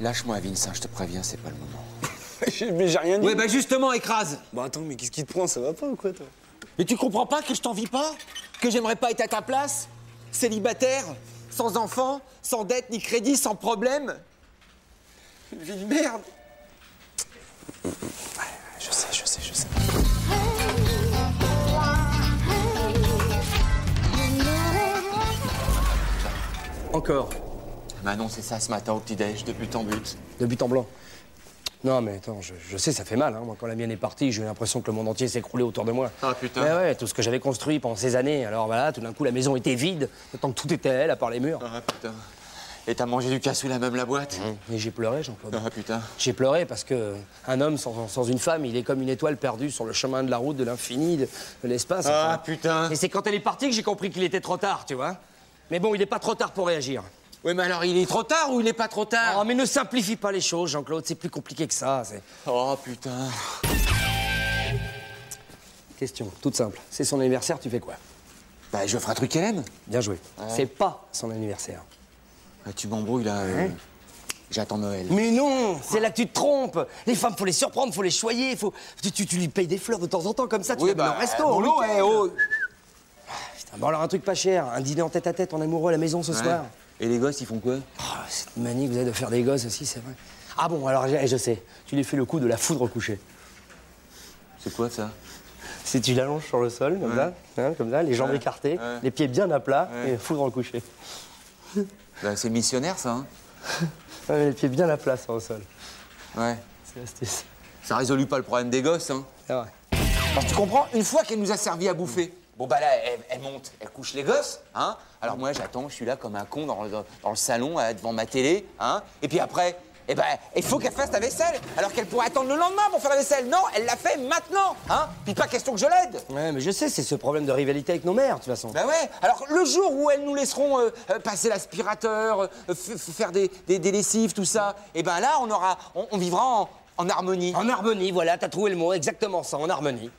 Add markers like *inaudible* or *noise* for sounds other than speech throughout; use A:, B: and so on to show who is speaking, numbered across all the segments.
A: Lâche-moi, Vincent, je te préviens, c'est pas le moment.
B: *laughs*
C: Mais j'ai rien dit.
D: Ouais, bah justement, écrase
C: Bah attends, mais qu'est-ce qui te prend Ça va pas ou quoi, toi
D: Mais tu comprends pas que je t'envie pas Que j'aimerais pas être à ta place Célibataire Sans enfant Sans dette, ni crédit, sans problème Une vie de merde
A: Je sais, je sais, je sais.
C: Encore.
A: Elle m'a annoncé ça ce matin au petit-déj, de but en but.
C: De but en blanc. Non, mais attends, je, je sais, ça fait mal. Hein. Moi, quand la mienne est partie, j'ai eu l'impression que le monde entier s'écroulait autour de moi.
A: Ah, putain.
C: Ouais, ouais, tout ce que j'avais construit pendant ces années. Alors voilà, tout d'un coup, la maison était vide. Tant que tout était à elle, à part les murs.
A: Ah putain. Mmh, Et t'as mangé du cassou la même la boîte
C: Et j'ai pleuré, Jean-Claude.
A: Ah putain.
C: J'ai pleuré parce que un homme sans, sans une femme, il est comme une étoile perdue sur le chemin de la route, de l'infini, de, de l'espace.
A: Ah
C: enfin.
A: putain.
C: Et c'est quand elle est partie que j'ai compris qu'il était trop tard, tu vois. Mais bon, il n'est pas trop tard pour réagir.
A: Ouais, mais alors il est trop tard ou il est pas trop
C: Ah,
A: tard
C: mais ne simplifie pas les choses, Jean-Claude, c'est plus compliqué que ça. C'est
A: Oh putain.
C: question toute simple. C'est son anniversaire, tu fais quoi
A: Bah, je ferai un truc qu'elle aime.
C: Bien joué. C'est pas son anniversaire.
A: Bah, tu m'embrouilles là. euh, J'attends Noël.
C: Mais non, c'est là que tu te trompes. Les femmes, faut les surprendre, faut les choyer, faut tu, tu- tu lui payes des fleurs de temps en temps comme ça, tu
A: Oui,
C: vas dans
A: bah,
C: un resto. hein,
A: bon
C: au
A: lot,
C: week-end.
A: eh, oh.
C: Putain, Ah bon alors un truc pas cher, un dîner en tête à tête en amoureux à la maison ce soir.
A: Et les gosses, ils font quoi
C: Oh, cette manie que vous avez de faire des gosses aussi, c'est vrai. Ah bon, alors je, je sais, tu lui fais le coup de la foudre couchée.
A: C'est quoi ça
C: Si tu l'allonges sur le sol, comme ça, hein, comme ça, les jambes
A: Ouais.
C: écartées,
A: Ouais.
C: les pieds bien à plat,
A: Ouais.
C: et foudre couchée.
A: Bah, c'est missionnaire ça, hein
C: Ouais, les pieds bien à plat sur le sol.
A: Ouais.
C: C'est l'astuce.
A: Ça résolue pas le problème des gosses, hein
C: C'est vrai.
A: Parce que tu comprends, une fois qu'elle nous a servi à bouffer, bon bah là, elle, elle monte, elle couche les gosses, hein. Alors moi, j'attends, je suis là comme un con dans le, dans le salon, euh, devant ma télé, hein. Et puis après, eh ben, il faut qu'elle fasse la vaisselle, alors qu'elle pourrait attendre le lendemain pour faire la vaisselle. Non, elle l'a fait maintenant, hein. Puis pas question que je l'aide.
C: Ouais, mais je sais, c'est ce problème de rivalité avec nos mères, de toute façon.
A: Bah ouais, alors le jour où elles nous laisseront euh, euh, passer l'aspirateur, euh, f- f- faire des, des- des lessives, tout ça, et ben là, on aura, on, on vivra en, en harmonie.
C: En harmonie, voilà, t'as trouvé le mot, exactement ça, en harmonie.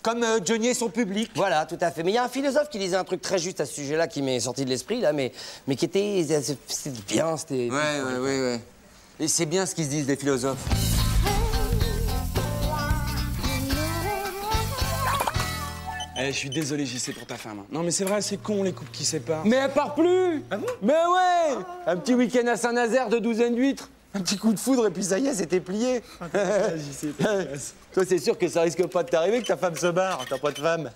A: Comme euh, Johnny et son public.
C: Voilà, tout à fait. Mais il y a un philosophe qui disait un truc très juste à ce sujet-là qui m'est sorti de l'esprit, là, mais, mais qui était. C'était bien, c'était.
A: Ouais, ouais, ouais, ouais. Et c'est bien ce qu'ils se disent, les philosophes.
B: Eh, je suis désolé, JC, pour ta femme. hein. Non, mais c'est vrai, c'est con les couples qui séparent.
D: Mais elle part plus Mais ouais Un petit week-end à Saint-Nazaire de douzaine d'huîtres un petit coup de foudre et puis ça y est, c'était plié. *laughs* Toi, c'est sûr que ça risque pas de t'arriver que ta femme se barre. T'as pas de femme.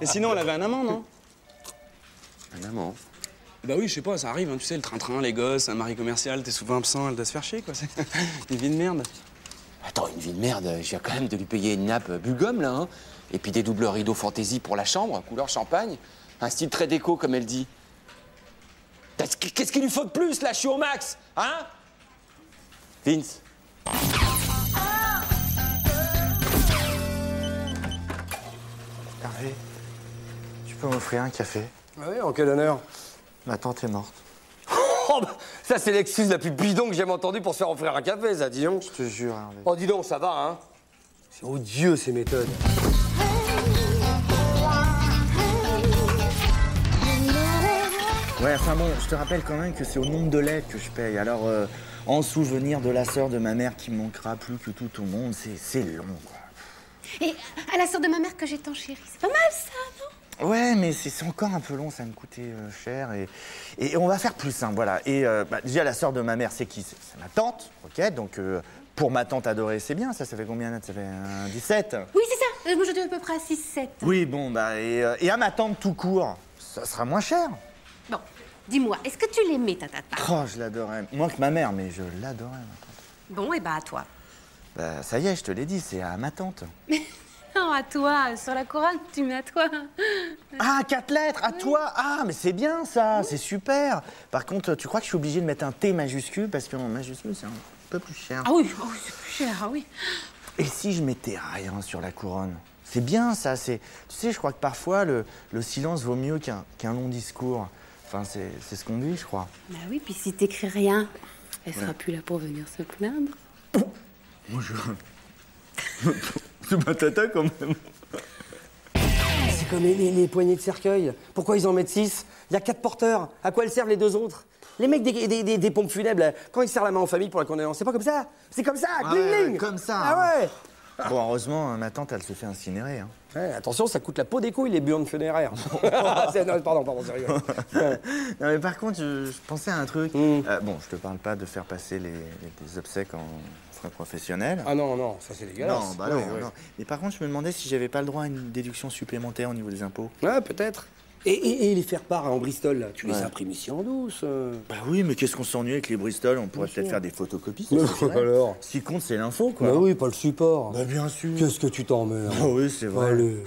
B: Et sinon, elle avait un amant, non
A: Un amant.
B: Bah oui, je sais pas, ça arrive, hein, tu sais, le train-train, les gosses, un mari commercial, t'es souvent absent, elle doit se faire chier, quoi. c'est *laughs* Une vie de merde.
A: Attends, une vie de merde, je viens quand même de lui payer une nappe Bulgum, là, hein. Et puis des doubles rideaux fantaisie pour la chambre, couleur champagne. Un style très déco, comme elle dit. T'as- Qu'est-ce qu'il lui faut de plus, là Je suis au max, hein Vince
E: Hervé, tu peux m'offrir un café
C: Ah oui, en quel honneur.
E: Ma tante est morte.
C: Oh, bah, ça, c'est l'excuse la plus bidon que j'ai jamais entendue pour se faire offrir un café, ça, dis donc.
E: Je te jure, Hervé.
C: Oh, dis donc, ça va, hein C'est odieux, ces méthodes.
A: Ah,
E: Ouais, enfin bon, je te rappelle quand même que c'est au nombre de lettres que je paye. Alors, euh, en souvenir de la sœur de ma mère qui me manquera plus que tout au monde, c'est c'est long, quoi.
F: Et à la sœur de ma mère que j'ai tant chérie. C'est pas mal ça, non
E: Ouais, mais c'est c'est encore un peu long, ça me coûtait euh, cher. Et, et on va faire plus simple, voilà. Et euh, bah, déjà, la sœur de ma mère, c'est qui C'est c'est ma tante, ok Donc, euh, pour ma tante adorée, c'est bien, ça, ça fait combien d'années Ça fait un 17
F: Oui, c'est ça. Euh, Moi, je dois à peu près à 6-7.
E: Oui, bon, bah, et, euh, et à ma tante tout court, ça sera moins cher.
F: Bon, dis-moi, est-ce que tu l'aimais, ta tata
E: Oh, je l'adorais. Moins que ma mère, mais je Euh, l'adorais. ma tante.
F: Bon, et bah, eh à toi.
E: Bah, ça y est, je te l'ai dit, c'est à ma tante.
F: Non, Oh, à toi, sur la couronne, tu mets à toi.
C: Ah, quatre lettres, à toi Ah, mais c'est bien ça, c'est super Par contre, tu crois que je suis obligé de mettre un T majuscule parce qu'en majuscule, c'est un peu plus cher.
F: Ah oui, oh, c'est plus cher, ah oui.
C: Et si je mettais rien sur la couronne C'est bien ça, c'est... Tu sais, je crois que parfois, le, le silence vaut mieux qu'un qu'un long discours. Enfin, c'est c'est ce qu'on dit, je crois.
F: Bah oui, puis si t'écris rien, elle sera plus là pour venir se plaindre.
C: Bonjour. C'est ma tata quand même.
A: C'est comme les, les- les poignées de cercueil. Pourquoi ils en mettent 6 Il y a quatre porteurs. À quoi elles servent les deux autres Les mecs des, des- des- des pompes funèbres, là, quand ils serrent la main en famille pour la condoléance, c'est pas comme ça C'est comme ça
C: Ah
A: gling,
C: ouais,
A: gling.
C: comme ça,
A: Ah
C: hein.
A: ouais
C: Bon, heureusement, hein, ma tante, elle se fait incinérer. hein.
A: Ouais, attention, ça coûte la peau des couilles, les burnes
C: *laughs*
A: funéraires. *laughs* C'est- non, pardon, pardon, sérieux.
C: non, mais par contre, je, je pensais à un truc. Euh, bon, je te parle pas de faire passer les, les- les obsèques en frais professionnels.
A: Ah non, non, ça c'est dégueulasse.
C: non, bah non, non. Mais par contre, je me demandais si j'avais pas le droit à une déduction supplémentaire au niveau des impôts.
A: Ouais, peut-être. Et, et- et les faire part hein, en Bristol, là, tu les imprimes ici en douce. euh.
C: Bah oui, mais qu'est-ce qu'on s'ennuie avec les Bristol On pourrait peut-être faire des photocopies. ça,
A: Mais
C: c'est vrai.
A: alors
C: Ce qui compte, c'est l'info, quoi.
A: Bah oui, pas le support.
C: Bah bien sûr.
A: Qu'est-ce que tu t'emmerdes
C: Ah oui, c'est vrai.
A: Allez.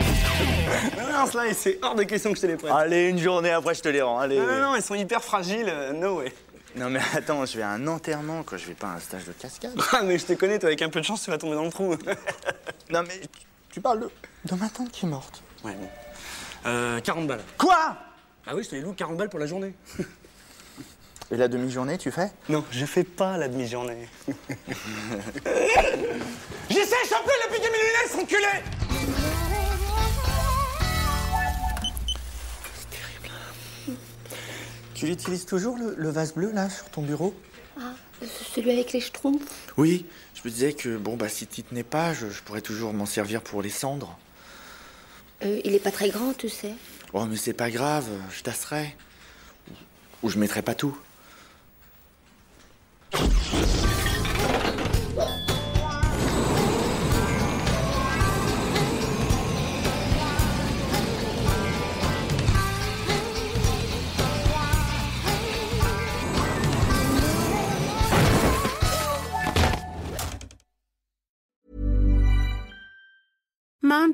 B: Non, non, là, c'est hors de question que je te les prête.
C: Allez, une journée après, je te les rends. Allez.
B: non, non, non, elles sont hyper fragiles, euh, no way.
C: Non, mais attends, je vais à un enterrement, quoi. Je vais pas à un stage de cascade.
B: *laughs* Ah, mais je te connais, toi, avec un peu de chance, tu vas tomber dans le trou.
C: *laughs* non, mais tu, tu parles de... de ma tante qui est morte.
B: Ouais, bon. Euh, 40 balles.
C: Quoi
B: Ah oui, je te les loue 40 balles pour la journée.
C: Et la demi-journée, tu fais
B: Non, je fais pas la demi-journée.
G: J'essaie de choper le pic de mes lunettes, cet enculé
C: Tu l'utilises toujours, le, le vase bleu, là, sur ton bureau
F: Ah, Celui avec les schtroumpfs
C: Oui, je me disais que, bon, bah, si t'y tenais pas, je, je pourrais toujours m'en servir pour les cendres.
F: Euh, Il est pas très grand, tu sais.
C: Oh, mais c'est pas grave, je tasserai. Ou, ou je mettrai pas tout.
E: Mom